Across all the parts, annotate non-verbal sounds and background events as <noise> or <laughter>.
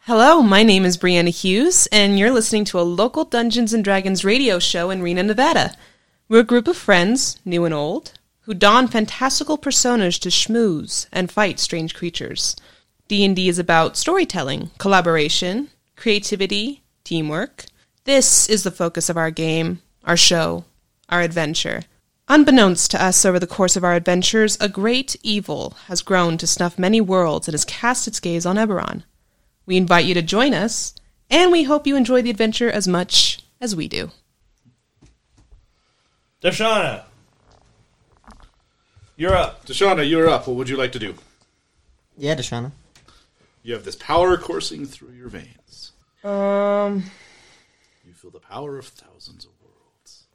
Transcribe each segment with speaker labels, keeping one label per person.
Speaker 1: Hello, my name is Brianna Hughes, and you're listening to a local Dungeons and Dragons radio show in Reno, Nevada. We're a group of friends, new and old, who don fantastical personas to schmooze and fight strange creatures. D&D is about storytelling, collaboration, creativity, teamwork. This is the focus of our game, our show, our adventure. Unbeknownst to us over the course of our adventures, a great evil has grown to snuff many worlds and has cast its gaze on Eberron. We invite you to join us, and we hope you enjoy the adventure as much as we do.
Speaker 2: Dashana, you're up.
Speaker 3: Deshauna, you're up. What would you like to do?
Speaker 4: Yeah, Deshana.
Speaker 3: You have this power coursing through your veins. Um. You feel the power of thousands of worlds.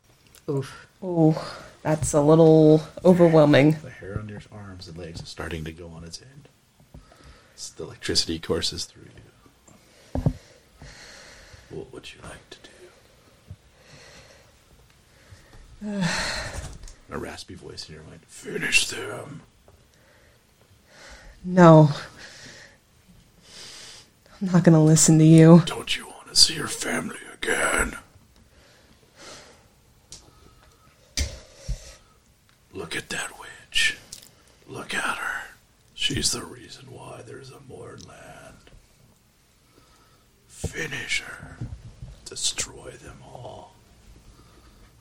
Speaker 4: Oof.
Speaker 1: Oh, that's a little overwhelming.
Speaker 3: The hair on your arms and legs is starting to go on its end. As the electricity courses through you. What would you like to do? A raspy voice in your mind. Finish them.
Speaker 1: No. I'm not going to listen to you.
Speaker 3: Don't you want to see your family again? Look at that witch. Look at her. She's the reason why there's a Moorland. Finish her. Destroy them all.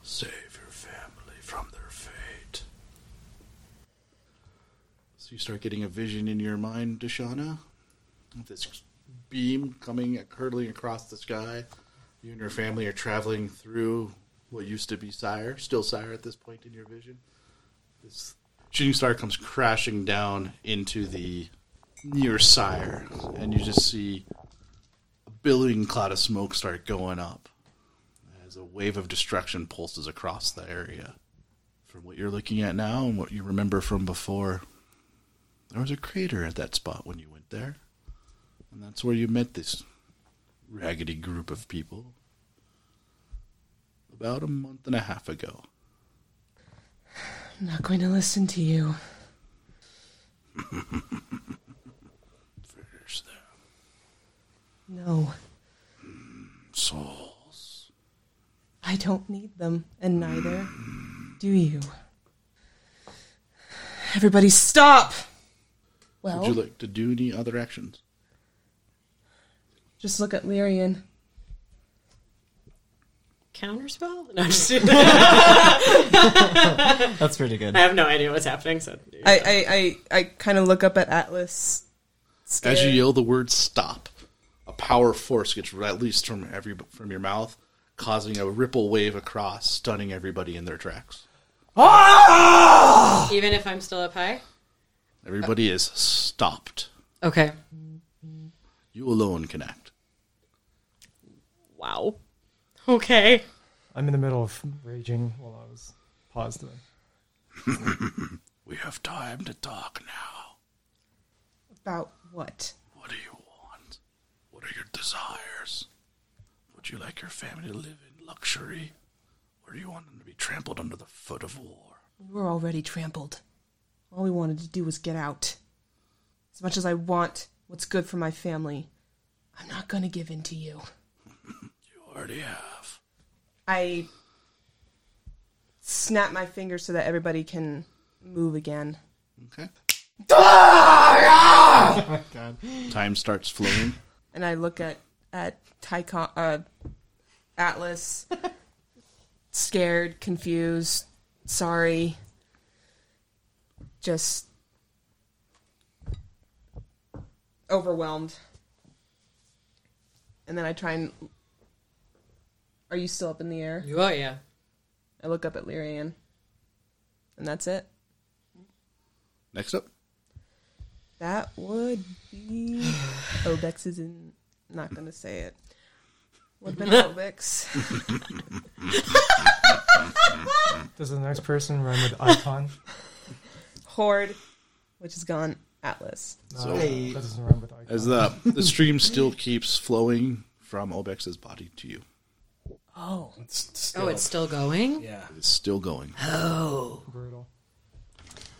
Speaker 3: Save your family from their fate. So you start getting a vision in your mind, Dashana? this beam coming hurtling across the sky. You and your family are traveling through what used to be Sire, still Sire at this point in your vision. This shooting star comes crashing down into the near Sire, and you just see a billowing cloud of smoke start going up as a wave of destruction pulses across the area. From what you're looking at now and what you remember from before, there was a crater at that spot when you went there. And that's where you met this raggedy group of people about a month and a half ago.
Speaker 1: I'm not going to listen to you.
Speaker 3: Finish them.
Speaker 1: No.
Speaker 3: Souls.
Speaker 1: I don't need them, and neither do you. Everybody, stop! Well,
Speaker 3: Would you like to do any other actions?
Speaker 1: just look at Lyrian.
Speaker 5: Counterspell? <laughs> No, I'm just I
Speaker 4: That's pretty good.
Speaker 5: have no idea what's happening. So
Speaker 1: I, I, I, I kind of look up at Atlas.
Speaker 3: As you
Speaker 1: Stare.
Speaker 3: yell the word "stop," a power force gets released from every from your mouth, causing a ripple wave across, stunning everybody in their tracks.
Speaker 5: even if I'm still up high.
Speaker 3: Everybody is stopped.
Speaker 5: Okay.
Speaker 3: You alone can act.
Speaker 5: Wow. Okay.
Speaker 6: I'm in the middle of raging while I was paused. Then.
Speaker 3: We have time to talk now.
Speaker 1: About what?
Speaker 3: What do you want? What are your desires? Would you like your family to live in luxury, or do you want them to be trampled under the foot of war?
Speaker 1: We were already trampled. All we wanted to do was get out. As much as I want what's good for my family, I'm not going to give in to you.
Speaker 3: You already have.
Speaker 1: I snap my fingers so that everybody can move again.
Speaker 3: <laughs> Okay.
Speaker 4: Oh my god.
Speaker 3: Time starts flowing.
Speaker 1: And I look at at Tycon, uh, Atlas, scared, confused, sorry, just overwhelmed. And then I try and. Are you still up in the air?
Speaker 5: You are, yeah.
Speaker 1: I look up at Lyrian. And that's it.
Speaker 3: Next up.
Speaker 1: That would be Obex is in not gonna say it. Would have been Obex.
Speaker 6: Does the next person rhyme with
Speaker 3: <laughs>
Speaker 6: icon?
Speaker 1: Horde, which is gone Atlas.
Speaker 3: So-
Speaker 6: that doesn't rhyme with icon.
Speaker 3: As the the stream still keeps flowing from Obex's body to you,
Speaker 1: Oh.
Speaker 5: Oh, it's still going.
Speaker 7: Yeah.
Speaker 3: it's still going.
Speaker 6: Brutal.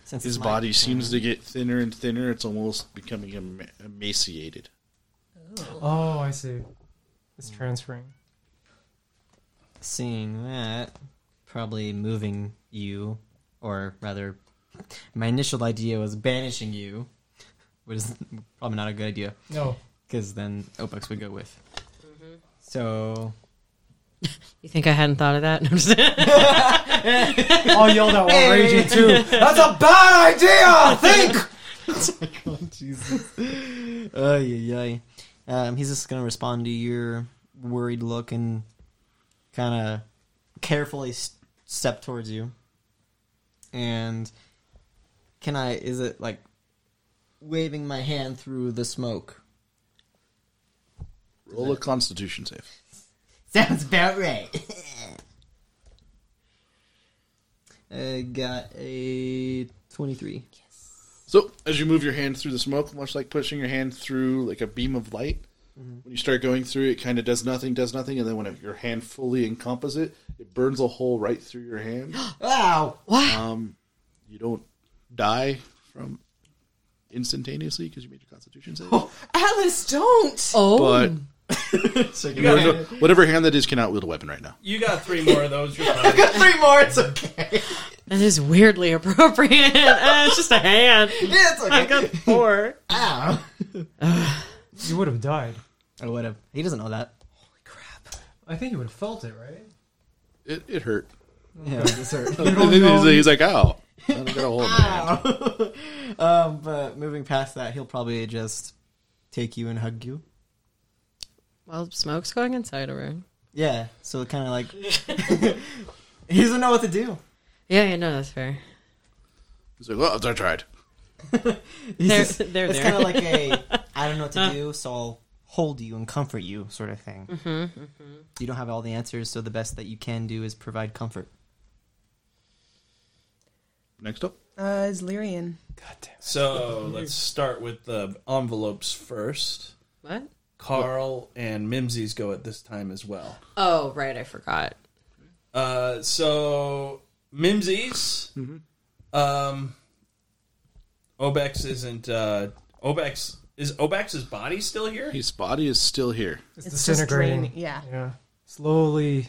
Speaker 4: Since
Speaker 3: His
Speaker 4: it's my-
Speaker 3: body seems to get thinner and thinner. It's almost becoming em- emaciated.
Speaker 6: Oh, I see. It's
Speaker 3: Mm.
Speaker 6: transferring.
Speaker 4: Seeing that, probably moving you, or rather, my initial idea was banishing you, which is probably not a good idea
Speaker 6: No.
Speaker 4: because then Opux would go with. So
Speaker 5: You think I hadn't thought of that? <laughs>
Speaker 6: I'll yell that while raging too. That's a bad idea. Think.
Speaker 4: Oh, <laughs> Jesus. Ay, ay, ay. Um, he's just going to respond to your worried look and kind of carefully s- step towards you. And can I, is it like waving my hand through the smoke?
Speaker 3: Roll a Constitution save.
Speaker 4: <laughs> Sounds about right. <laughs> I got a 23.
Speaker 3: So as you move your hand through the smoke, much like pushing your hand through like a beam of light, when you start going through it, kind of does nothing, does nothing, and then when it, your hand fully encompasses it, it burns a hole right through your hand.
Speaker 4: Wow.
Speaker 3: you don't die from instantaneously because you made your Constitution save. Oh,
Speaker 1: Alice, don't!
Speaker 5: oh,
Speaker 3: but whatever, whatever hand that is cannot wield a weapon right now.
Speaker 2: You got three more of those. You're fine.
Speaker 4: <laughs> Three more, it's okay.
Speaker 5: that is weirdly appropriate. <laughs> Uh, it's just a <laughs> hand.
Speaker 4: Yeah, it's
Speaker 5: I
Speaker 4: okay.
Speaker 5: got four.
Speaker 4: Ow.
Speaker 6: You would have died.
Speaker 4: I would have. He doesn't know that.
Speaker 6: I think you would have felt it, right?
Speaker 3: It, it hurt.
Speaker 4: Yeah,
Speaker 5: <laughs>
Speaker 4: this hurt.
Speaker 3: he's, he's like, ow. I don't got a hole in my hand.
Speaker 4: <laughs> um, but moving past that, he'll probably just take you and hug you.
Speaker 5: Well, smoke's going inside a room.
Speaker 4: Yeah, so kind of like <laughs> he doesn't know what to do.
Speaker 5: Yeah, yeah, no, that's fair.
Speaker 3: He's like, well, I tried.
Speaker 4: He's
Speaker 5: They're- <laughs>
Speaker 4: just-
Speaker 5: they're
Speaker 4: it's
Speaker 5: there. Uh.
Speaker 4: kind of like a
Speaker 5: <laughs>
Speaker 4: I don't know what to do, so I'll hold you and comfort you sort of thing.
Speaker 5: Mm-hmm,
Speaker 4: You don't have all the answers, so the best that you can do is provide comfort.
Speaker 3: Next up.
Speaker 1: Uh, is Lyrian.
Speaker 6: God damn. it.
Speaker 2: <laughs> so let's start with the envelopes first.
Speaker 5: What?
Speaker 2: Carl and Mimsy's go at this time as well.
Speaker 5: Oh, right, I forgot.
Speaker 2: Uh, so Mimsy's, um, Obex isn't. Uh, Obex is Obex's body still here?
Speaker 3: His body is still here.
Speaker 6: It's,
Speaker 1: It's just
Speaker 6: disintegrating.
Speaker 1: draining, yeah.
Speaker 6: Yeah. Slowly.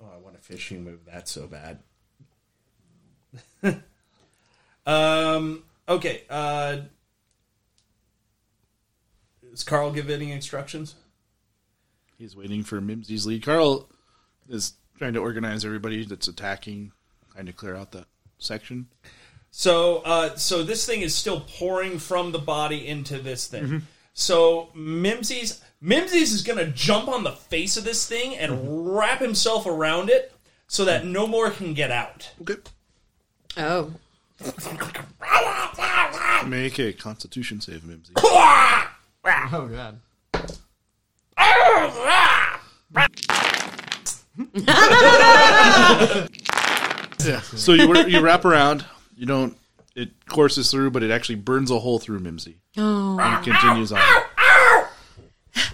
Speaker 2: Oh, I want a fishing move that so bad. <laughs> um. Okay. Uh, does Carl give any instructions?
Speaker 3: He's waiting for Mimsy's lead. Carl is trying to organize everybody that's attacking, kind of clear out that section.
Speaker 2: So, uh, so this thing is still pouring from the body into this thing. So Mimsy's Mimsy's is gonna jump on the face of this thing and wrap himself around it so that no more can get out.
Speaker 3: Okay.
Speaker 5: Oh,
Speaker 3: Make a constitution save, Mimsy.
Speaker 4: Oh god.
Speaker 3: so you, wra- you wrap around. You don't. It courses through, but it actually burns a hole through Mimsy.
Speaker 5: <laughs>
Speaker 3: Oh. And it continues on.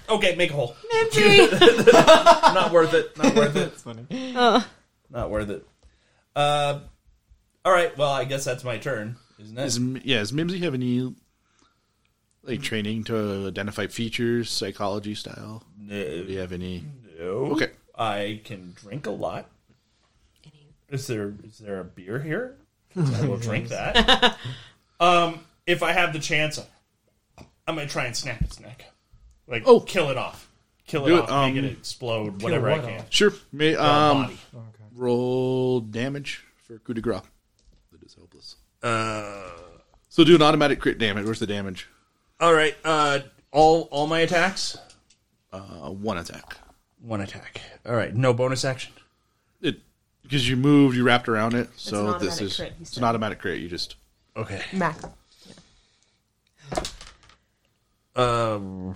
Speaker 2: Okay, make a hole.
Speaker 5: <laughs>
Speaker 2: Not worth it. Not worth it.
Speaker 4: That's funny.
Speaker 2: Not worth it. Uh, all right. Well, I guess that's my turn, isn't
Speaker 3: Is,
Speaker 2: it?
Speaker 3: M- yeah, does Mimsy have any like training to identify features, psychology style? Do you
Speaker 2: No.
Speaker 3: have any?
Speaker 2: Okay.
Speaker 3: Okay.
Speaker 2: I can drink a lot. Is there is there a beer here? I will drink that. um, if I have the chance, I'm gonna try and snap its neck. Like, oh, kill it off, kill it
Speaker 3: Do it,
Speaker 2: off,
Speaker 3: um,
Speaker 2: make it explode, whatever I
Speaker 6: what
Speaker 2: can.
Speaker 3: Sure. May, um,
Speaker 2: Body.
Speaker 6: Okay.
Speaker 3: roll damage for coup de grace. That is helpless. Uh, so do an automatic crit damage. Where's the damage?
Speaker 2: All right. Uh, all all my attacks.
Speaker 3: Uh, one attack.
Speaker 2: One attack. All right. No bonus action.
Speaker 3: It because you moved, you wrapped around it. So
Speaker 1: an
Speaker 3: this
Speaker 1: automatic
Speaker 3: is
Speaker 1: crit, he
Speaker 3: it's
Speaker 1: said.
Speaker 3: an automatic crit. You just
Speaker 2: Okay.
Speaker 1: Mac.
Speaker 2: Um,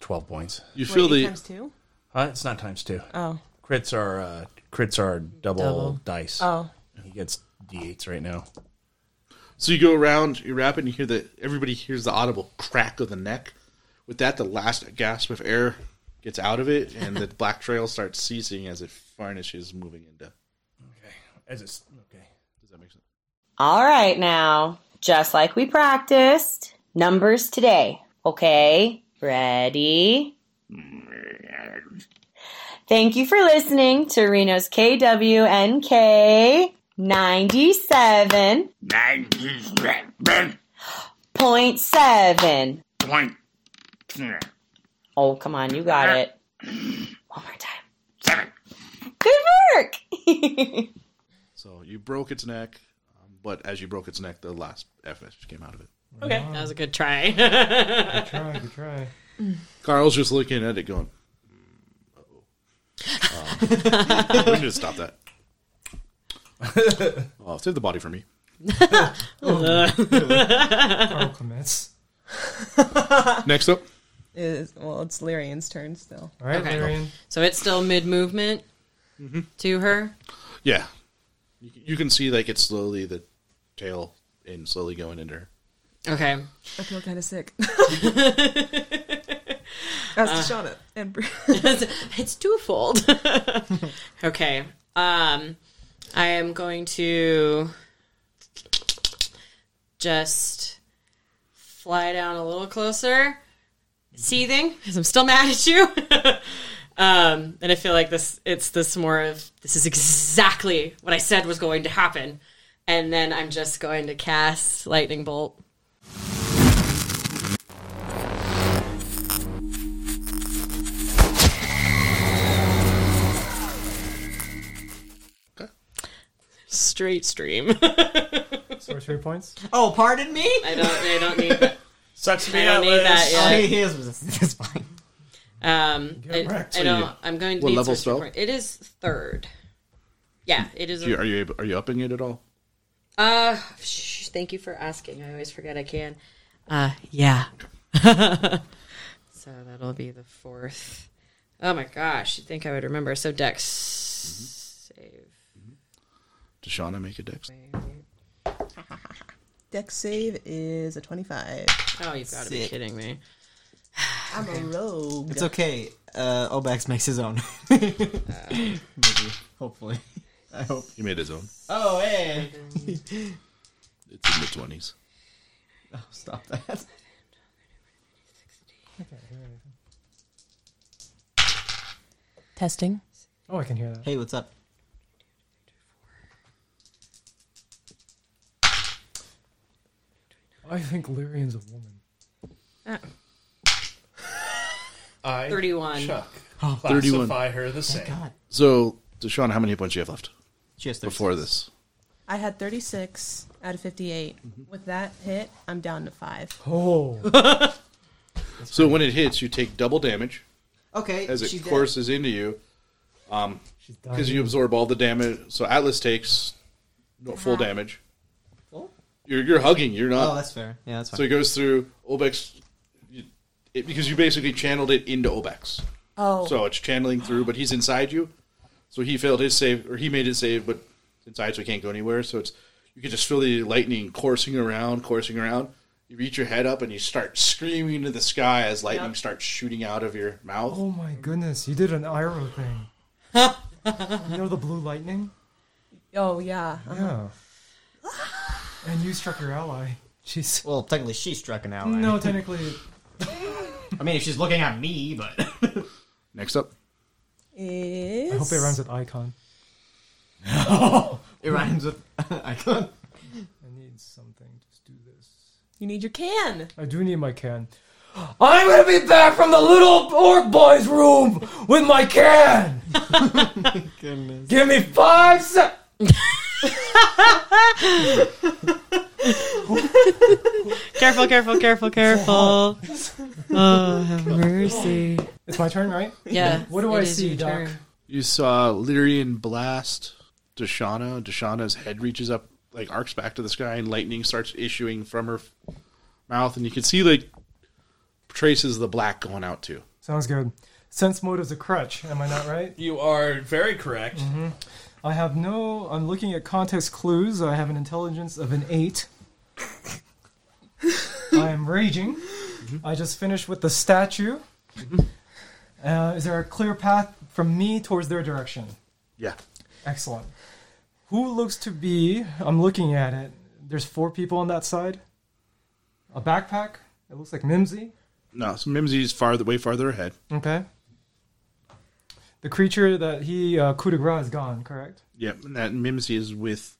Speaker 2: twelve points.
Speaker 3: you feel
Speaker 1: Wait,
Speaker 3: the
Speaker 1: times two?
Speaker 2: Huh? Uh, It's not times two.
Speaker 1: Oh.
Speaker 2: Crits are uh, crits are double,
Speaker 5: Double.
Speaker 2: dice.
Speaker 1: Oh.
Speaker 2: He gets d8s right now.
Speaker 3: So you go around, you wrap it, and you hear the everybody hears the audible crack of the neck. With that, the last gasp of air gets out of it, and
Speaker 1: <laughs>
Speaker 3: the black trail starts ceasing as it varnishes, moving into.
Speaker 2: Okay. As it's okay.
Speaker 3: Does that make sense?
Speaker 7: All right, now, just like we practiced, numbers today. Okay, ready? Thank you for listening to Reno's KWNK 97.7.
Speaker 8: Point.
Speaker 7: Oh, come on, you got it. One more time.
Speaker 8: Seven.
Speaker 7: Good work! <laughs>
Speaker 3: So you broke its neck, um, but as you broke its neck, the last FS came out of it.
Speaker 5: Okay, that was a good try. <laughs>
Speaker 6: Good try, good try.
Speaker 3: Carl's just looking at it, going, "Uh-oh." <laughs> Um, we should stop that." oh, save the body for me.
Speaker 6: Carl commits.
Speaker 3: Next up,
Speaker 1: Is, well, it's Lyrian's turn still.
Speaker 6: All right,
Speaker 5: Okay.
Speaker 6: Larian.
Speaker 5: so it's still mid movement to her.
Speaker 3: yeah, you, c- you can see like it's slowly the tail and slowly going into her.
Speaker 5: Okay.
Speaker 1: I feel kind of sick. That's Shauna and Bri-
Speaker 5: it's twofold. <laughs> okay. Um, I am going to just fly down a little closer, seething, because I'm still mad at you. <laughs> um, and I feel like this, it's this more of this is exactly what I said was going to happen. And then I'm just going to cast Lightning Bolt. Straight stream.
Speaker 6: Sorcery points.
Speaker 4: Oh, pardon me.
Speaker 5: I don't. I don't need that.
Speaker 2: Sucks to
Speaker 5: I
Speaker 2: be
Speaker 5: don't
Speaker 2: out,
Speaker 5: need
Speaker 2: Liz.
Speaker 5: that yet.
Speaker 4: Oh, he, he is. <laughs> It's fine.
Speaker 5: Um, I,
Speaker 6: wrecked.
Speaker 5: I don't. I'm going to
Speaker 3: What
Speaker 5: need
Speaker 3: level
Speaker 5: sorcery
Speaker 3: spell?
Speaker 5: point. It is third. Yeah, it is.
Speaker 3: Do you, are you able, are you upping it at all?
Speaker 5: Uh, shh, thank you for asking. I always forget I can. Uh, yeah. <laughs> so that'll be the fourth. Oh my gosh, you think I would remember? So Dex save.
Speaker 3: Deshauna, make a dex.
Speaker 1: <laughs> Dex save is a 25.
Speaker 5: Oh, you've got to be
Speaker 4: Six.
Speaker 5: kidding me.
Speaker 1: I'm a rogue.
Speaker 4: It's okay. Uh, Obex makes his own. <laughs> Maybe. Hopefully. I hope.
Speaker 3: He made his own.
Speaker 4: Oh, hey.
Speaker 3: It's in the twenties.
Speaker 4: Oh, <laughs> stop that.
Speaker 5: Testing.
Speaker 6: Oh, I can hear that.
Speaker 4: Hey, what's up?
Speaker 6: I think Larian's a woman.
Speaker 2: I
Speaker 5: 31.
Speaker 2: Chuck.
Speaker 3: 31.
Speaker 2: Classify her the same.
Speaker 4: God.
Speaker 3: So, Deshauna, how many hit points do you have left
Speaker 4: She has 36.
Speaker 3: before this?
Speaker 1: I had 36 out of 58.
Speaker 6: Mm-hmm.
Speaker 1: With that hit, I'm down to 5.
Speaker 6: Oh,
Speaker 3: So when it hits, you take double damage
Speaker 4: Okay.
Speaker 3: as it
Speaker 4: she's dead.
Speaker 3: courses into you. <laughs>
Speaker 6: she's
Speaker 3: because
Speaker 6: dying.
Speaker 3: you absorb all the damage. So Atlas takes no, full damage.
Speaker 4: Full?
Speaker 3: You're you're hugging. You're
Speaker 4: Oh,
Speaker 3: not.
Speaker 4: that's fair. Yeah, that's fine.
Speaker 3: so it goes through Obex, you- it, because you basically channeled it into Obex.
Speaker 1: Oh.
Speaker 3: So it's channeling through, but he's inside you. So he failed his save, or he made his save, but inside, so he can't go anywhere. So it's you can just feel the lightning coursing around, coursing around. You reach your head up and you start screaming into the sky as lightning starts shooting out of your mouth.
Speaker 6: Oh my goodness, you did an Iroh
Speaker 1: <laughs>
Speaker 6: thing. you know the blue lightning?
Speaker 1: Oh, yeah.
Speaker 6: Yeah. and you struck your ally. Jeez.
Speaker 4: well, technically, she struck an ally. <laughs>
Speaker 6: No, technically,
Speaker 4: I mean, if she's looking at me, but. <laughs>
Speaker 3: Next up,
Speaker 1: Is...
Speaker 6: I hope it rhymes with icon.
Speaker 4: it rhymes with <laughs> icon.
Speaker 6: I need something. Just do this.
Speaker 1: You need your can.
Speaker 6: I do need my can. I'm gonna be back from the little orc boy's room with my can. <laughs>
Speaker 4: Goodness.
Speaker 6: Give me five sec.
Speaker 5: Careful, careful, careful, careful. oh, have mercy.
Speaker 6: It's my turn, right?
Speaker 5: Yeah.
Speaker 6: What do
Speaker 5: it
Speaker 6: I
Speaker 5: is
Speaker 6: see,
Speaker 5: your
Speaker 6: Doc?
Speaker 5: turn.
Speaker 3: You saw Lyrian blast Deshauna. Deshauna's head reaches up, like arcs back to the sky, and lightning starts issuing from her f- mouth, and you can see like traces of the black going out too.
Speaker 6: Sounds good. Sense mode is a crutch. Am I not right?
Speaker 2: You are very correct.
Speaker 5: Mm-hmm.
Speaker 6: I have no. I'm looking at context clues. I have an intelligence of an eight. I am raging.
Speaker 3: Mm-hmm.
Speaker 6: I just finished with the statue. Uh, is there a clear path from me towards their direction?
Speaker 3: Yeah,
Speaker 6: Excellent. Who looks to be? I'm looking at it. There's four people on that side. A backpack. It looks like Mimsy.
Speaker 3: No, so Mimsy is farther, way farther ahead.
Speaker 6: Okay. The creature that he uh, coup de grace is gone, correct?
Speaker 3: Yep, and that Mimsy is with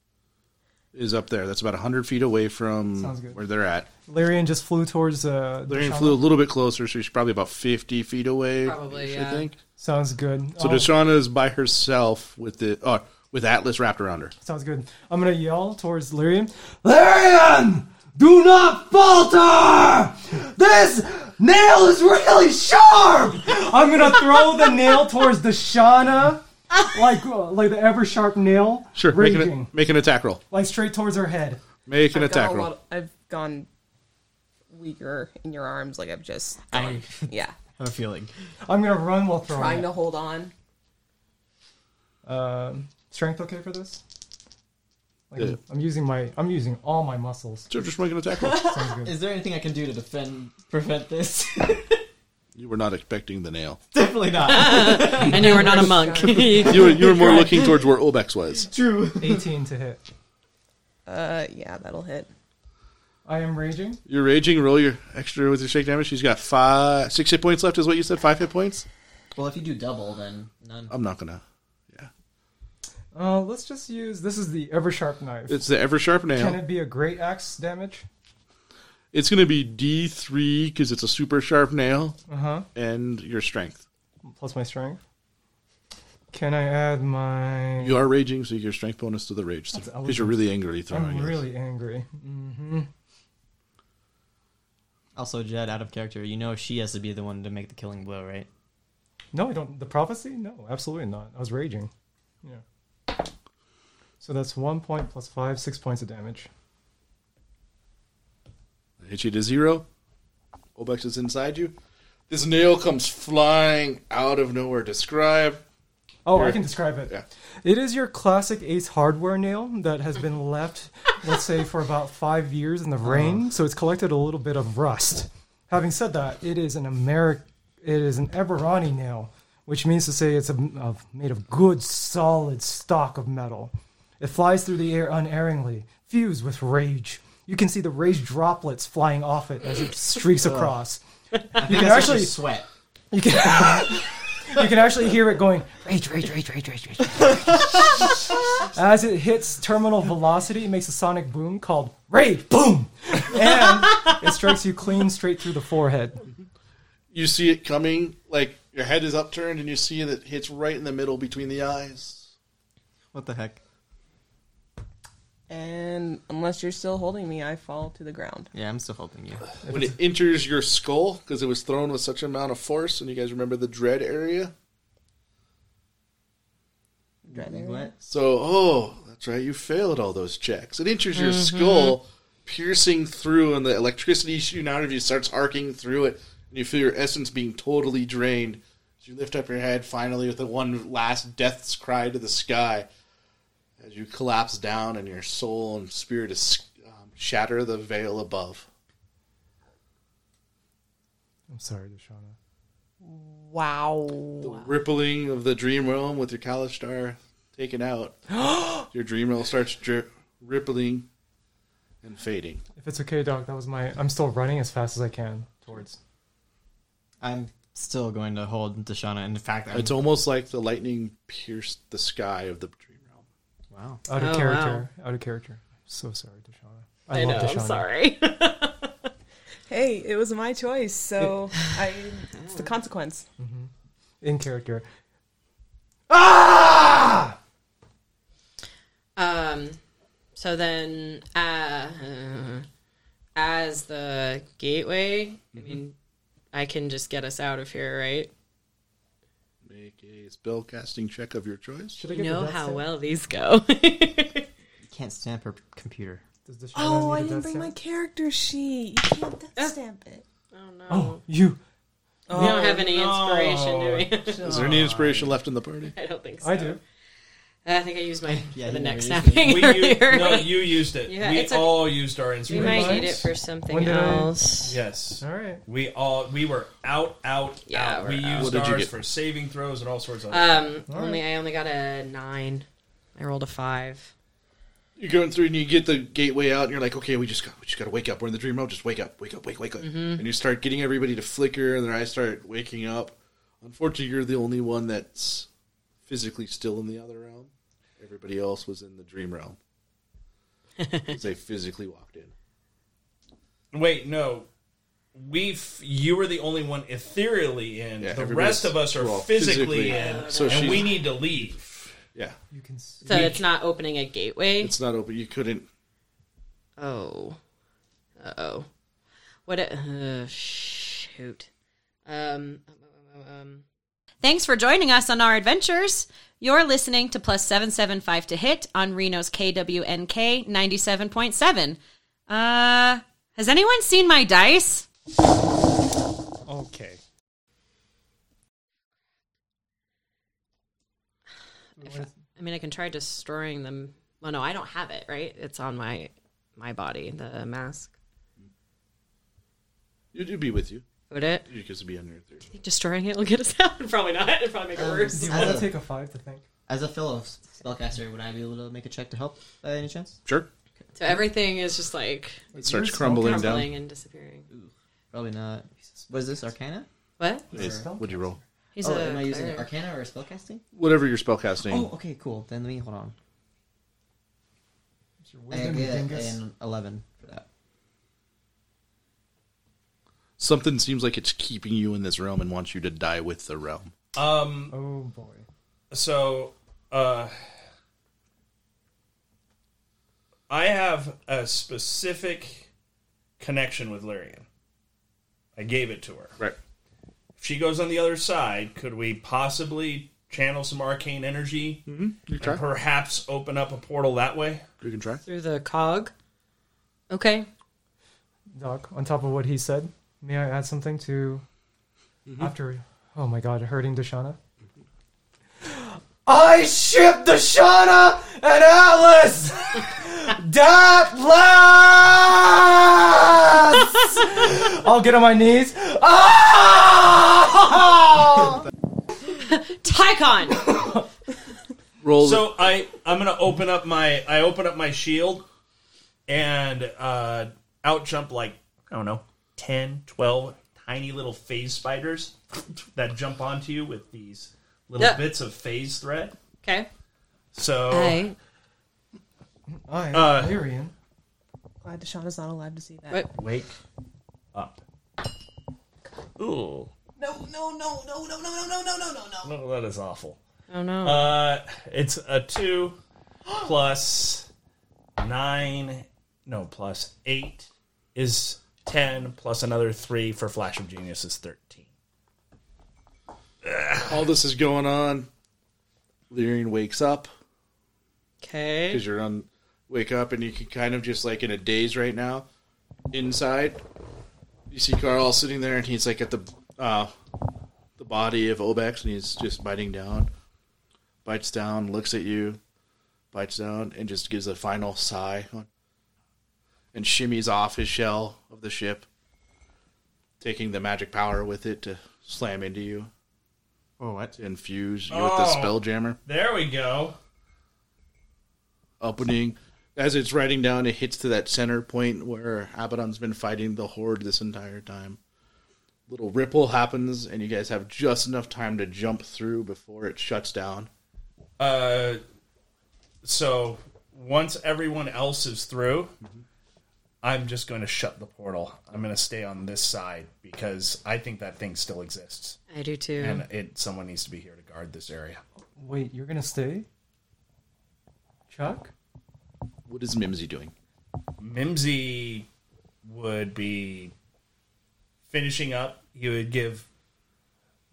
Speaker 3: is up there. That's about hundred feet away from
Speaker 6: Sounds good.
Speaker 3: where they're at.
Speaker 6: Larian just flew towards. Uh, the
Speaker 3: Larian
Speaker 6: shaman.
Speaker 3: flew a little bit closer, so she's probably about fifty feet away.
Speaker 5: Probably,
Speaker 3: I
Speaker 5: yeah.
Speaker 3: think.
Speaker 6: Sounds good.
Speaker 3: So
Speaker 6: Oh,
Speaker 3: Deshauna is by herself with the uh, with Atlas wrapped around her.
Speaker 6: sounds good. I'm gonna yell towards Larian. Larian, do not falter. This nail is really sharp. I'm gonna throw the nail towards Dashana, like uh, like the ever sharp nail,
Speaker 3: Sure, make
Speaker 6: raging,
Speaker 3: an, make an attack roll.
Speaker 6: like straight towards her head.
Speaker 3: Make an
Speaker 1: I've
Speaker 3: attack
Speaker 1: gone a
Speaker 3: roll.
Speaker 1: lot- I've gone weaker in your arms. Like I've just,
Speaker 4: I
Speaker 1: yeah,
Speaker 4: have a feeling.
Speaker 6: I'm gonna run while throwing.
Speaker 1: trying
Speaker 6: it.
Speaker 1: to hold on.
Speaker 6: Um, strength okay for this? Like,
Speaker 3: Yeah.
Speaker 6: I'm, I'm using my I'm using all my muscles.
Speaker 3: Sure, just make an attack
Speaker 6: <laughs>
Speaker 3: roll.
Speaker 6: Sounds good.
Speaker 4: Is there anything I can do to defend prevent this? <laughs>
Speaker 3: you were not expecting the
Speaker 6: <laughs>
Speaker 3: nail.
Speaker 4: Definitely <laughs> not.
Speaker 5: And you were not a monk.
Speaker 3: You were, you were more looking towards where Olbex was.
Speaker 4: True.
Speaker 6: 18 to hit.
Speaker 1: Uh, yeah, that'll hit.
Speaker 6: I am raging.
Speaker 3: You're raging. Roll your extra with your shake damage. She's got five, six hit points left. Is what you said? Five hit points?
Speaker 4: Well, if you do double, then none.
Speaker 3: I'm not gonna.
Speaker 6: Uh, let's just use this is the ever sharp knife.
Speaker 3: It's the ever sharp
Speaker 6: Can
Speaker 3: nail.
Speaker 6: it be a great axe damage?
Speaker 3: It's gonna be D three because it's a super sharp nail
Speaker 6: Uh huh.
Speaker 3: and your strength.
Speaker 6: Plus my strength. Can I add my?
Speaker 3: You are raging, so you get your strength bonus to the rage because you're really angrily throwing.
Speaker 6: I'm
Speaker 3: it.
Speaker 6: really angry.
Speaker 4: Also, Jed, out of character, you know she has to be the one to make the killing blow, right?
Speaker 6: No, I don't. The prophecy? No, absolutely not. I was raging. Yeah. So that's one point plus five, six points of damage.
Speaker 3: hit you to zero. Obex is inside you. This nail comes flying out of nowhere. Describe.
Speaker 6: Oh, I
Speaker 3: Here.
Speaker 6: can describe it.
Speaker 3: Yeah.
Speaker 6: It is your classic Ace Hardware nail that has been left, let's say, for about five years in the rain, so it's collected a little bit of rust. Having said that, it is an American, it is an Eberani nail, which means to say it's a, of, made of good, solid stock of metal. It flies through the air unerringly, fused with rage. You can see the rage droplets flying off it as it streaks across.
Speaker 4: I think
Speaker 6: can
Speaker 4: that's
Speaker 6: actually-
Speaker 4: actually sweat.
Speaker 6: You can, you can actually hear it going
Speaker 4: Rage, rage, rage, rage, rage, rage.
Speaker 6: As it hits terminal velocity, it makes a sonic boom called Rage Boom! And it strikes you clean straight through the forehead.
Speaker 3: You see it coming. Like your head is upturned, and you see that it hits right in the middle between the eyes.
Speaker 4: What the heck?
Speaker 1: And unless you're still holding me, I fall to the ground.
Speaker 4: Yeah, I'm still holding you.
Speaker 3: When it enters your skull, because it was thrown with such amount of force, and you guys remember the dread area.
Speaker 1: Dread area.
Speaker 4: What?
Speaker 3: So, oh, that's right. You failed all those checks. It enters your skull, piercing through, and the electricity shooting out of you starts arcing through it, and you feel your essence being totally drained. As you lift up your head, finally, with the one last death's cry to the sky, as you collapse down, and your soul and spirit is, um, shatter the veil above.
Speaker 6: I'm sorry, Deshauna.
Speaker 1: Wow.
Speaker 3: The rippling of the dream realm with your Kalash star taken out, your dream realm starts dri- rippling and fading.
Speaker 6: If it's okay, Doc, that was my. I'm still running as fast as I can towards.
Speaker 4: I'm still going to hold Dashana. In fact, I'm,
Speaker 3: It's almost like the lightning pierced the sky of the dream realm.
Speaker 4: wow.
Speaker 6: Out of
Speaker 5: Oh,
Speaker 6: character. Out of character. I'm so sorry, Deshauna.
Speaker 5: I know, I'm <laughs>
Speaker 6: Deshauna.
Speaker 5: sorry.
Speaker 1: Hey, it was my choice, so <laughs> I, it's the consequence.
Speaker 6: In character.
Speaker 5: Um, so then, uh, as the gateway, I mean, I can just get us out of here, right?
Speaker 3: Make a spell casting check of your choice.
Speaker 6: Should I
Speaker 5: You
Speaker 6: get
Speaker 5: know
Speaker 6: the death
Speaker 5: how
Speaker 6: save?
Speaker 5: well these go. <laughs>
Speaker 4: You can't stamp her computer.
Speaker 6: Does Deshauna need
Speaker 1: Oh, I
Speaker 6: a
Speaker 1: didn't
Speaker 6: death
Speaker 1: bring
Speaker 6: save?
Speaker 1: my character sheet. You can't death stamp it.
Speaker 5: oh no,
Speaker 6: <gasps> Oh, you.
Speaker 4: Oh,
Speaker 5: we don't have any inspiration, do we?
Speaker 3: Is there any inspiration left in the party?
Speaker 5: <laughs> I don't think so.
Speaker 6: I do.
Speaker 5: I think I used mine
Speaker 4: <laughs> Yeah,
Speaker 5: for the
Speaker 4: you
Speaker 5: neck
Speaker 4: already
Speaker 5: <laughs>
Speaker 4: used
Speaker 5: snapping
Speaker 2: We used,
Speaker 5: earlier.
Speaker 2: no, you used it.
Speaker 5: Yeah,
Speaker 2: we
Speaker 5: it's a-
Speaker 2: all used our
Speaker 5: we
Speaker 2: inspiration.
Speaker 5: might need
Speaker 6: Nice.
Speaker 5: it for something
Speaker 6: When did I-
Speaker 5: else.
Speaker 2: Yes.
Speaker 6: All right.
Speaker 2: We all we were out, out,
Speaker 5: Yeah,
Speaker 2: out.
Speaker 5: we're
Speaker 2: We used
Speaker 5: out.
Speaker 3: What did you
Speaker 2: ours
Speaker 3: get? Uh,
Speaker 2: for saving throws and all sorts of.
Speaker 5: Um,
Speaker 6: right.
Speaker 5: only I only got a nine. I rolled a five.
Speaker 3: You're going through and you get the gateway out, and you're like, okay, we just got, we just got to wake up. We're in the dream mode. Just wake up, wake up, wake, wake up. And you start getting everybody to flicker, and their eyes start waking up. Unfortunately, you're the only one that's physically still in the other realm. Everybody else was in the dream realm. 'Cause they physically walked in.
Speaker 2: Wait, no. We, f- you were the only one ethereally in.
Speaker 3: Yeah,
Speaker 2: the
Speaker 3: everybody's-
Speaker 2: rest of us are
Speaker 3: well,
Speaker 2: physically,
Speaker 3: physically,
Speaker 2: in,
Speaker 3: so
Speaker 2: and
Speaker 3: she's-
Speaker 2: we need to leave.
Speaker 3: Yeah,
Speaker 6: You can see.
Speaker 5: So it's not opening a gateway.
Speaker 3: it's not open. You couldn't.
Speaker 5: Oh. Uh oh. What? A, uh, shoot. Um, um, um, um. Thanks for joining us on our adventures. You're listening to Plus 775 to Hit on Reno's KWNK 97.7. Uh, has anyone seen my dice?
Speaker 6: Okay.
Speaker 5: I mean, I can try destroying them. Well, no, I don't have it, right? It's on my my body, the mask.
Speaker 3: It would be with you.
Speaker 5: Would it?
Speaker 3: You could be under your third.
Speaker 5: Think destroying it will get us out? <laughs> Probably not. It'll probably make it
Speaker 6: Do
Speaker 5: worse.
Speaker 6: you want to take a five to think?
Speaker 4: As a fellow spellcaster, would I be able to make a check to help by any chance?
Speaker 3: Sure.
Speaker 5: So everything is just like
Speaker 3: It starts crumbling down.
Speaker 5: crumbling and disappearing.
Speaker 4: Probably not. What is this, Arcana?
Speaker 5: What?
Speaker 3: Is- What'd you roll?
Speaker 5: He's
Speaker 4: oh,
Speaker 5: a
Speaker 4: am I using
Speaker 5: cleric.
Speaker 4: Arcana or spellcasting?
Speaker 3: Whatever your spellcasting.
Speaker 4: Oh, okay, cool. Then let me hold on.
Speaker 6: It's your
Speaker 4: I
Speaker 6: wisdom, you
Speaker 4: get
Speaker 6: dingus.
Speaker 4: an 11 for that. <laughs>
Speaker 3: Something seems like it's keeping you in this realm and wants you to die with the realm.
Speaker 2: Um,
Speaker 6: Oh boy.
Speaker 2: so uh I have a specific connection with Lyrian. I gave it to her.
Speaker 3: Right.
Speaker 2: If she goes on the other side, could we possibly channel some arcane energy
Speaker 3: Mm-hmm. You
Speaker 2: and perhaps open up a portal that way?
Speaker 3: You can try.
Speaker 5: Through the cog. Okay.
Speaker 6: Doc, on top of what he said, may I add something to
Speaker 9: Mm-hmm.
Speaker 6: after? Oh my God, hurting Dashana. I ship Dashana and Alice. That last. I'll get on my knees. Ah!
Speaker 5: Tycon!
Speaker 3: Roll.
Speaker 2: So I I'm gonna open up my I open up my shield and uh out jump like I don't know 10, 12 tiny little phase spiders <laughs> that jump onto you with these little
Speaker 5: Yeah.
Speaker 2: bits of phase thread.
Speaker 5: okay.
Speaker 2: So
Speaker 5: Hey.
Speaker 6: I am
Speaker 2: Uh,
Speaker 6: Lyrian.
Speaker 1: Glad Deshaun is not allowed to see that.
Speaker 5: Wait.
Speaker 2: wake up. Ooh. No, no, no, no, no, no, no, no, no, no, no. That is awful.
Speaker 5: Oh no.
Speaker 2: Uh, it's a <gasps> two plus nine, no, plus eight is ten, plus another three for Flash of Genius is thirteen.
Speaker 3: all this is going on. Lyrian wakes up
Speaker 5: okay.
Speaker 3: because you're on. Wake up and you can kind of just like in a daze right now. Inside, you see Carl sitting there and he's like at the uh, the body of Obex and he's just biting down. Bites down, looks at you, bites down, and just gives a final sigh and shimmies off his shell of the ship, taking the magic power with it to slam into you.
Speaker 4: Oh, what?
Speaker 3: to infuse you with the
Speaker 2: Oh.
Speaker 3: spell jammer
Speaker 2: There we go.
Speaker 3: opening as it's riding down it hits to that center point where abaddon's been fighting the horde this entire time little ripple happens and you guys have just enough time to jump through before it shuts down
Speaker 2: Uh, so once everyone else is through, I'm just going to shut the portal. I'm going to stay on this side because I think that thing still exists,
Speaker 5: I do too.
Speaker 2: and it someone needs to be here to guard this area.
Speaker 6: Wait, you're gonna stay? Chuck?
Speaker 3: what is mimsy doing
Speaker 2: Mimsy would be finishing up. He would give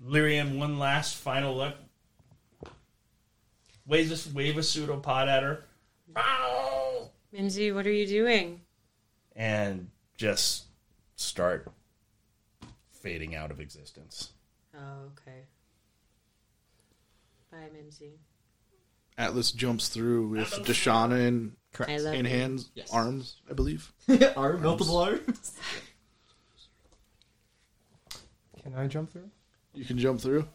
Speaker 2: Lyrian one last final look. Wave a, wave a pseudopod at her. Bow!
Speaker 5: Mimsy, what are you doing?
Speaker 2: And just start fading out of existence.
Speaker 5: Oh, okay. Bye, Mimsy.
Speaker 3: atlas jumps through with dashana in,
Speaker 5: I love
Speaker 3: in
Speaker 5: you.
Speaker 3: hands
Speaker 4: Yes.
Speaker 3: arms i believe
Speaker 4: Arm, multiple arms.
Speaker 6: Can I jump through?
Speaker 3: you can jump through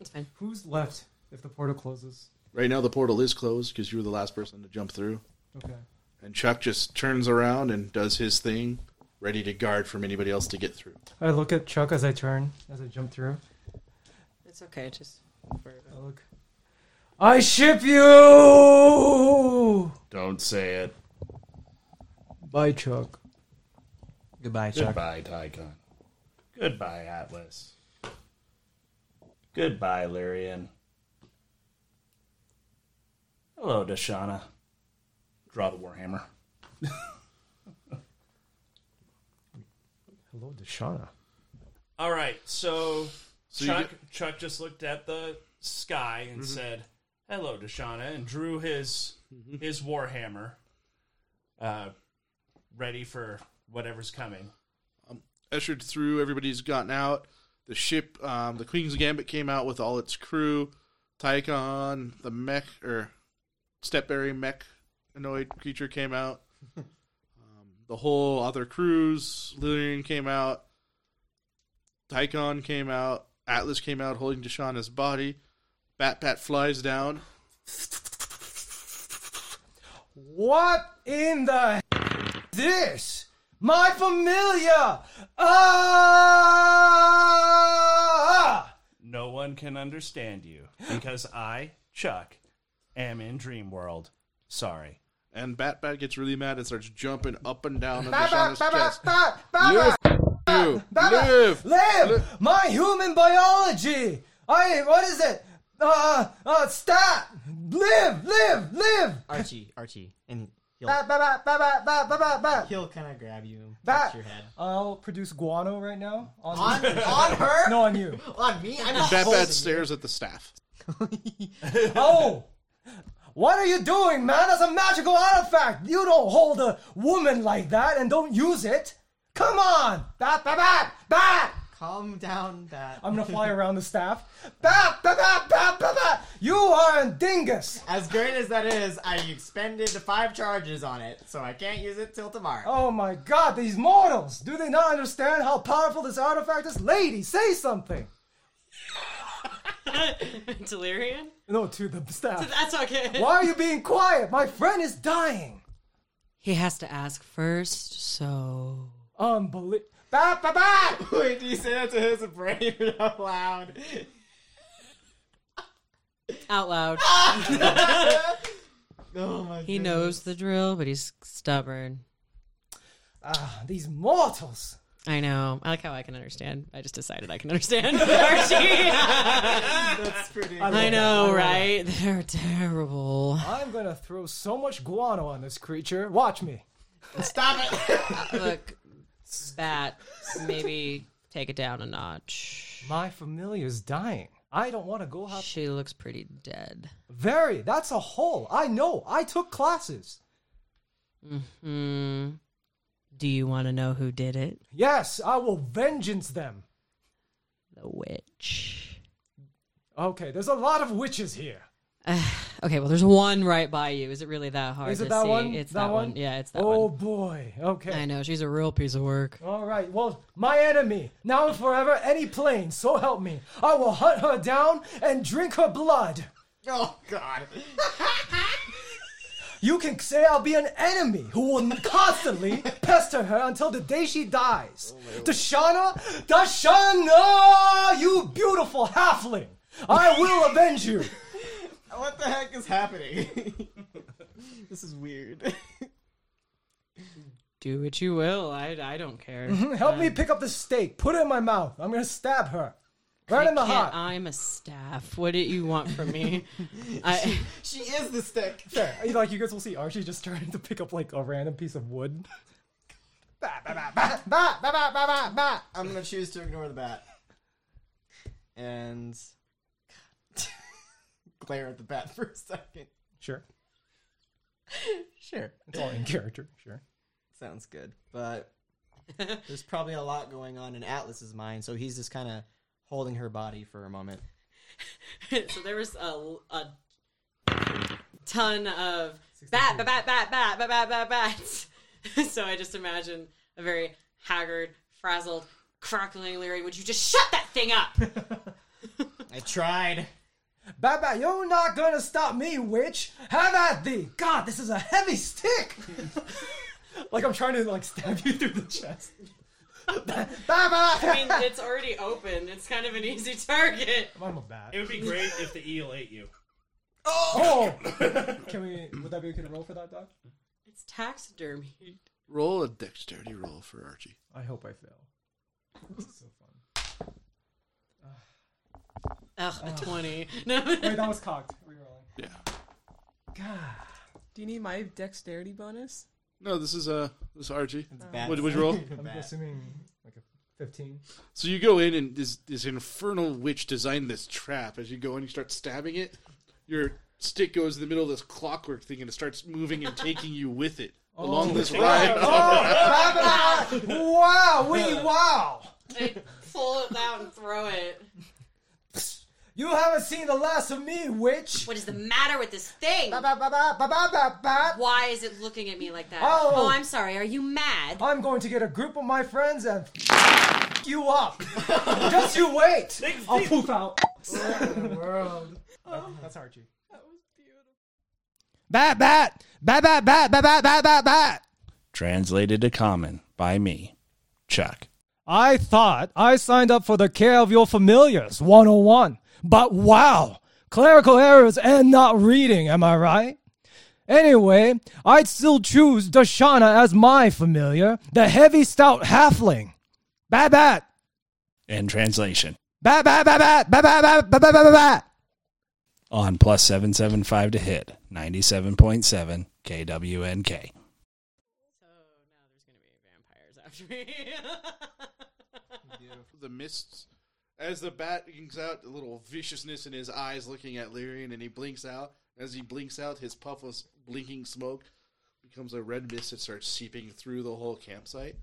Speaker 5: It's fine.
Speaker 6: Who's left if the portal closes?
Speaker 3: Right now, the portal is closed because you were the last person to jump through.
Speaker 9: Okay.
Speaker 3: And Chuck just turns around and does his thing, ready to guard from anybody else to get through.
Speaker 9: I look at Chuck as I turn, as I jump through.
Speaker 5: It's okay. Just worry about
Speaker 9: I look. I ship you!
Speaker 2: Don't say it.
Speaker 9: Bye, Chuck.
Speaker 4: Goodbye, Chuck.
Speaker 2: Goodbye, Tycon. Goodbye, Atlas. Goodbye, Lyrian. Hello, Dashana. Draw the Warhammer.
Speaker 9: Hello, Deshana.
Speaker 2: All right, so,
Speaker 3: So you
Speaker 2: Chuck Chuck just looked at the sky and said, "Hello, Dashana," and drew his his warhammer, uh, ready for whatever's coming.
Speaker 3: ushered through. Everybody's gotten out. The ship, um, the Queen's Gambit, came out with all its crew. Tycon, the mech or Stepberry mech annoyed creature came out. um, the whole other crews, Lillian came out. Tycon came out. Atlas came out holding Deshana's body. Bat Bat flies down.
Speaker 9: What in the this? My familia! Ah!
Speaker 2: No one can understand you because I, Chuck, am in Dream World. Sorry.
Speaker 3: And Bat Bat gets really mad and starts jumping up and down on
Speaker 9: Baba,
Speaker 3: Deshana's
Speaker 9: baba,
Speaker 3: chest.
Speaker 9: baba, baba,
Speaker 3: Live! You! Live!
Speaker 9: Live! My human biology! I, what is it? Uh, uh, stop! Live, live, live!
Speaker 4: Archie, Archie, and he'll
Speaker 9: Ba, ba, ba, ba, ba, ba, ba, ba.
Speaker 4: he'll kind of grab you, and
Speaker 9: That-
Speaker 4: touch your head
Speaker 9: I'll produce guano right now. On,
Speaker 4: on on <laughs> her,
Speaker 9: <laughs> No, on you.
Speaker 4: on me. I'm not
Speaker 3: Bat
Speaker 4: holding
Speaker 3: Bat stares at the staff.
Speaker 9: Oh! What are you doing, man? That's a magical artifact! You don't hold a woman like that and don't use it! Come on! Bat, bat, bat, bat!
Speaker 4: Calm down, that.
Speaker 9: I'm gonna fly around the staff. Bat, bat, bat, bat, bat, bat! You are a dingus!
Speaker 4: As great as that is, I expended five charges on it, so I can't use it till tomorrow.
Speaker 9: Oh my god, these mortals! Do they not understand how powerful this artifact is? Lady, say something!
Speaker 5: it. <laughs> Delirium?
Speaker 9: No, to the staff.
Speaker 5: <laughs> That's okay.
Speaker 9: Why are you being quiet? My friend is dying!
Speaker 5: He has to ask first, so.
Speaker 9: Unbelievable. Bat, bat, bat!
Speaker 4: <laughs> Wait, do you say that to his brain <laughs> out loud?
Speaker 5: Out loud.
Speaker 4: Oh
Speaker 5: <laughs>
Speaker 4: my
Speaker 5: He knows the drill, but he's stubborn.
Speaker 9: Ah, these mortals!
Speaker 5: I know. I like how I can understand. I just decided I can understand. <laughs> Archie!
Speaker 4: That's pretty.
Speaker 5: I know, right? They're terrible.
Speaker 9: I'm gonna throw so much guano on this creature. Watch me.
Speaker 4: Stop it! <laughs>
Speaker 5: Look, Bat, maybe take it down a notch.
Speaker 9: My familiar's dying. I don't want to go up.
Speaker 5: She looks pretty dead.
Speaker 9: Very. That's a hole. I know. I took classes.
Speaker 5: Hmm. Do you want to know who did it?
Speaker 9: Yes, I will vengeance them.
Speaker 5: The witch.
Speaker 9: Okay, there's a lot of witches here.
Speaker 5: Okay, well, there's one right by you. Is it really that hard
Speaker 9: Is
Speaker 5: to
Speaker 9: it that
Speaker 5: see?
Speaker 9: one?
Speaker 5: It's that, one? Yeah, it's that
Speaker 9: oh,
Speaker 5: one.
Speaker 9: boy. Okay.
Speaker 5: I know. She's a real piece of work.
Speaker 9: All right. Well, my enemy, now and forever, any plane. So help me. I will hunt her down and drink her blood.
Speaker 4: Oh god. <laughs>
Speaker 9: You can say I'll be an enemy who will constantly pester her until the day she dies. Dashana, Dashana, you beautiful halfling, I will avenge you. <laughs>
Speaker 4: What the heck is happening? <laughs> this is weird. <laughs>
Speaker 5: Do what you will. I, I don't
Speaker 9: <laughs>
Speaker 5: care.
Speaker 9: Help me pick up the steak, put it in my mouth. I'm gonna stab her, right in the
Speaker 5: Can't- uh,
Speaker 9: heart.
Speaker 5: I'm a staff. What do you want from
Speaker 9: <laughs>
Speaker 5: me? I,
Speaker 4: she is the stick.
Speaker 9: There, like you guys will see Archie just trying to pick up like a random piece of wood. <laughs> Ba, ba, ba, ba, ba, ba, ba, ba, ba.
Speaker 4: I'm gonna choose to ignore the bat. And <laughs> glare at the bat for a second.
Speaker 9: Sure,
Speaker 4: Sure.
Speaker 9: it's all in character. Sure.
Speaker 4: Sounds good. But there's probably a lot going on in Atlas's mind, so he's just kind of holding her body for a moment.
Speaker 5: <laughs> so there was a, a ton of bat, bat, bat, bat, bat, bat, bat, bat, bats. <laughs> so I just imagine a very haggard, frazzled, crackling Leary. Would you just shut that thing up?
Speaker 4: I tried.
Speaker 6: Baba, you're not gonna stop me, witch. Have at thee. God, this is a heavy stick. <laughs> like I'm trying to like stab you through the chest. <laughs> Baba.
Speaker 5: I mean, it's already open. It's kind of an easy target.
Speaker 6: I'm a bat.
Speaker 2: It would be great if the eel ate you.
Speaker 6: Oh. Can we? Would that be okay to roll for that, Doc?
Speaker 5: It's taxidermy.
Speaker 3: Roll a dexterity roll for Archie.
Speaker 6: I hope I fail. This is so fun.
Speaker 5: Ugh, a twenty. No,
Speaker 6: Wait, that was cocked. Rerolling.
Speaker 3: Yeah.
Speaker 6: God.
Speaker 1: Do you need my dexterity bonus?
Speaker 3: No, this is uh this is Archie.
Speaker 4: bad.
Speaker 3: What would you
Speaker 4: <laughs>
Speaker 3: roll?
Speaker 6: I'm assuming like a 15.
Speaker 3: So you go in, and this this infernal witch designed this trap. As you go in, you start stabbing it. Your stick goes in the middle of this clockwork thing, and it starts moving and taking you with it along
Speaker 6: <laughs>
Speaker 3: this ride.
Speaker 6: Oh. wow, we wow.
Speaker 5: I pull it out and throw it.
Speaker 6: You haven't seen the last of me, witch.
Speaker 5: What is the matter with this thing?
Speaker 6: Ba, ba, ba, ba, ba, ba, ba, ba.
Speaker 5: Why is it looking at me like that?
Speaker 6: Oh.
Speaker 5: oh I'm sorry. Are you mad?
Speaker 6: I'm going to get a group of my friends and f- you up. Just you wait. I'll poof out. <laughs> world. That's Archie.
Speaker 8: Bat, bat, bat, bat, bat, bat, bat, bat, bat, bat. Translated to common by me, Chuck.
Speaker 6: I thought I signed up for the Care of Your Familiars 101, but wow, clerical errors and not reading, am I right? Anyway, I'd still choose Dashana as my familiar, the heavy stout halfling. Bat bat!
Speaker 8: In translation,
Speaker 6: Bat bat bat bat bat bat bat bat bat bat bat!
Speaker 8: on plus 775 to hit, 97.7 KWNK.
Speaker 3: the mists as the bat inks out a little viciousness in his eyes looking at Lyrian and he blinks out as he blinks out his puff of blinking smoke becomes a red mist that starts seeping through the whole campsite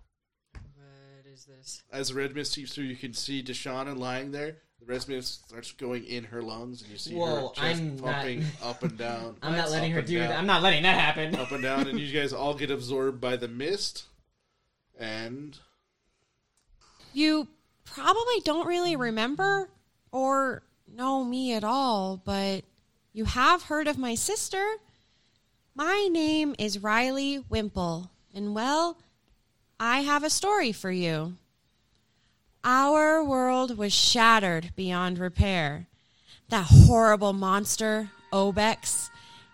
Speaker 5: What is this?
Speaker 3: as the red mist seeps through you can see Deshauna lying there the red mist starts going in her lungs and you see
Speaker 4: Whoa,
Speaker 3: her chest
Speaker 4: I'm not-
Speaker 3: pumping up and down
Speaker 4: <laughs> I'm not letting
Speaker 3: up
Speaker 4: her
Speaker 3: and
Speaker 4: do
Speaker 3: down,
Speaker 4: that. I'm not letting that happen.
Speaker 3: up and down and you guys all get absorbed by the mist and
Speaker 10: You probably don't really remember or know me at all, but you have heard of my sister. My name is Riley Wimple, and well, I have a story for you. Our world was shattered beyond repair. That horrible monster, Obex,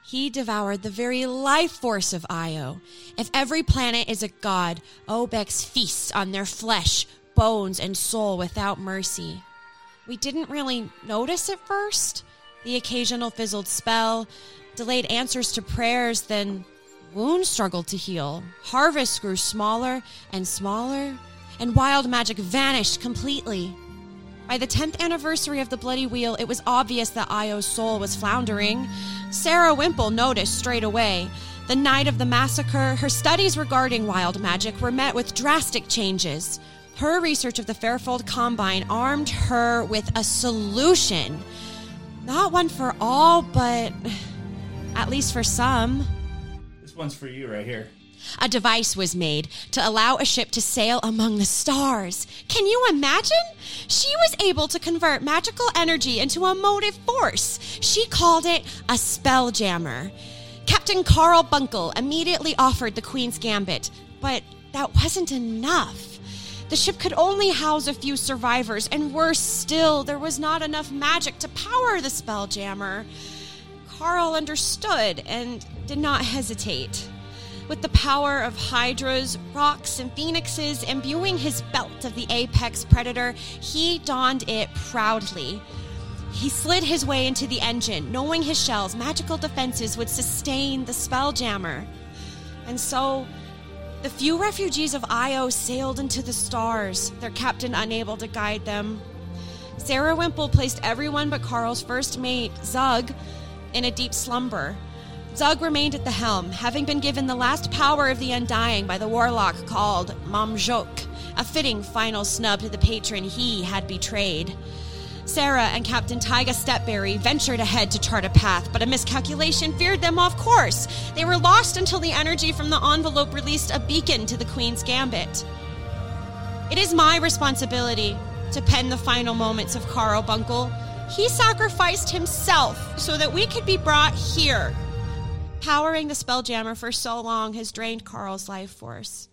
Speaker 10: he devoured the very life force of Io. If every planet is a god, Obex feasts on their flesh, bones, and soul without mercy. We didn't really notice at first. The occasional fizzled spell, delayed answers to prayers, then wounds struggled to heal. Harvests grew smaller and smaller, and wild magic vanished completely. By the 10th anniversary of the Bloody Wheel, it was obvious that Io's soul was floundering. Sarah Wimple noticed straight away. The night of the massacre, her studies regarding wild magic were met with drastic changes. Her research of the Fairfold Combine armed her with a solution. Not one for all, but at least for some.
Speaker 2: This one's for you right here.
Speaker 10: A device was made to allow a ship to sail among the stars. Can you imagine? She was able to convert magical energy into a motive force. She called it a spelljammer. Captain Carl Bunkel immediately offered the Queen's Gambit, but that wasn't enough. The ship could only house a few survivors, and worse still, there was not enough magic to power the spelljammer. Carl understood and did not hesitate. With the power of hydras, rocks, and phoenixes imbuing his belt of the apex predator, he donned it proudly. He slid his way into the engine, knowing his shell's magical defenses would sustain the spelljammer. And so, the few refugees of Io sailed into the stars, their captain unable to guide them. Sarah Wimple placed everyone but Carl's first mate, Zug, in a deep slumber. Zug remained at the helm, having been given the last power of the Undying by the warlock called Mamjok, a fitting final snub to the patron he had betrayed. Sarah and Captain Tyga Stepberry ventured ahead to chart a path, but a miscalculation veered them off course. They were lost until the energy from the envelope released a beacon to the Queen's Gambit. It is my responsibility to pen the final moments of Carl Bunkel He sacrificed himself so that we could be brought here. Powering the Spelljammer for so long has drained Carl's life force.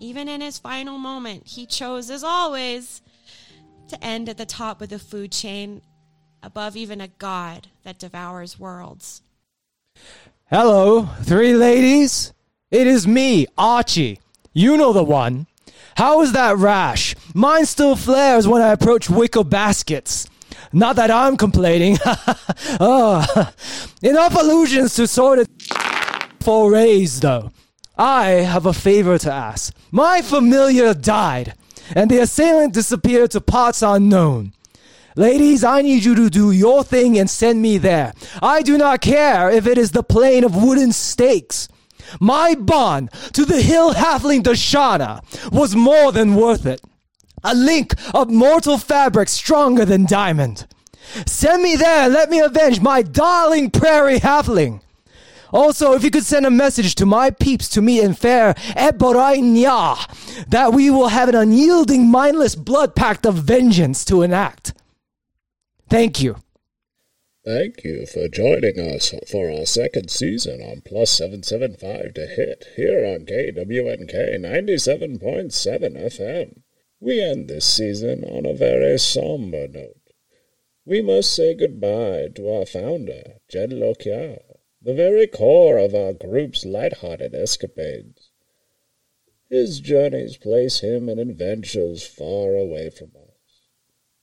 Speaker 10: Even in his final moment, he chose, as always, to end at the top of the food chain, above even a god that devours worlds.
Speaker 9: Hello, three ladies. It is me, Archie. You know the one. How is that rash? Mine still flares when I approach wicker baskets. Not that I'm complaining. <laughs> oh. Enough allusions to sordid forays, though. I have a favor to ask. My familiar died, and the assailant disappeared to parts unknown. Ladies, I need you to do your thing and send me there. I do not care if it is the plane of wooden stakes. My bond to the hill halfling Dashana was more than worth it. A link of mortal fabric stronger than diamond. Send me there and let me avenge my darling prairie halfling. Also, if you could send a message to my peeps to meet in fair Eborainya, that we will have an unyielding, mindless blood pact of vengeance to enact. Thank you.
Speaker 11: Thank you for joining us for our second season on Plus 775 to Hit here on KWNK 97.7 FM. We end this season on a very somber note. We must say goodbye to our founder, Jed Lokiao, the very core of our group's lighthearted escapades. His journeys place him in adventures far away from us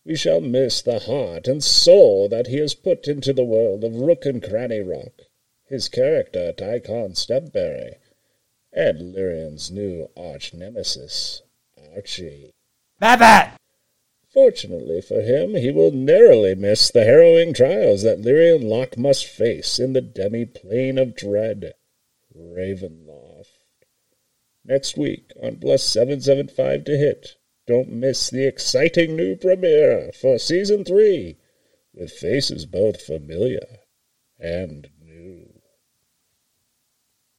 Speaker 11: we shall miss the heart and soul that he has put into the world of Rook and Cranny Rock, his character Tychon Stepberry, and Lyrian's new arch nemesis, Archie.
Speaker 9: Babat!
Speaker 11: Fortunately for him, he will narrowly miss the harrowing trials that Lyrian Locke must face in the demi-plane of dread, Ravenloft. Next week on Plus 775 to hit, don't miss the exciting new premiere for season three with faces both familiar and new.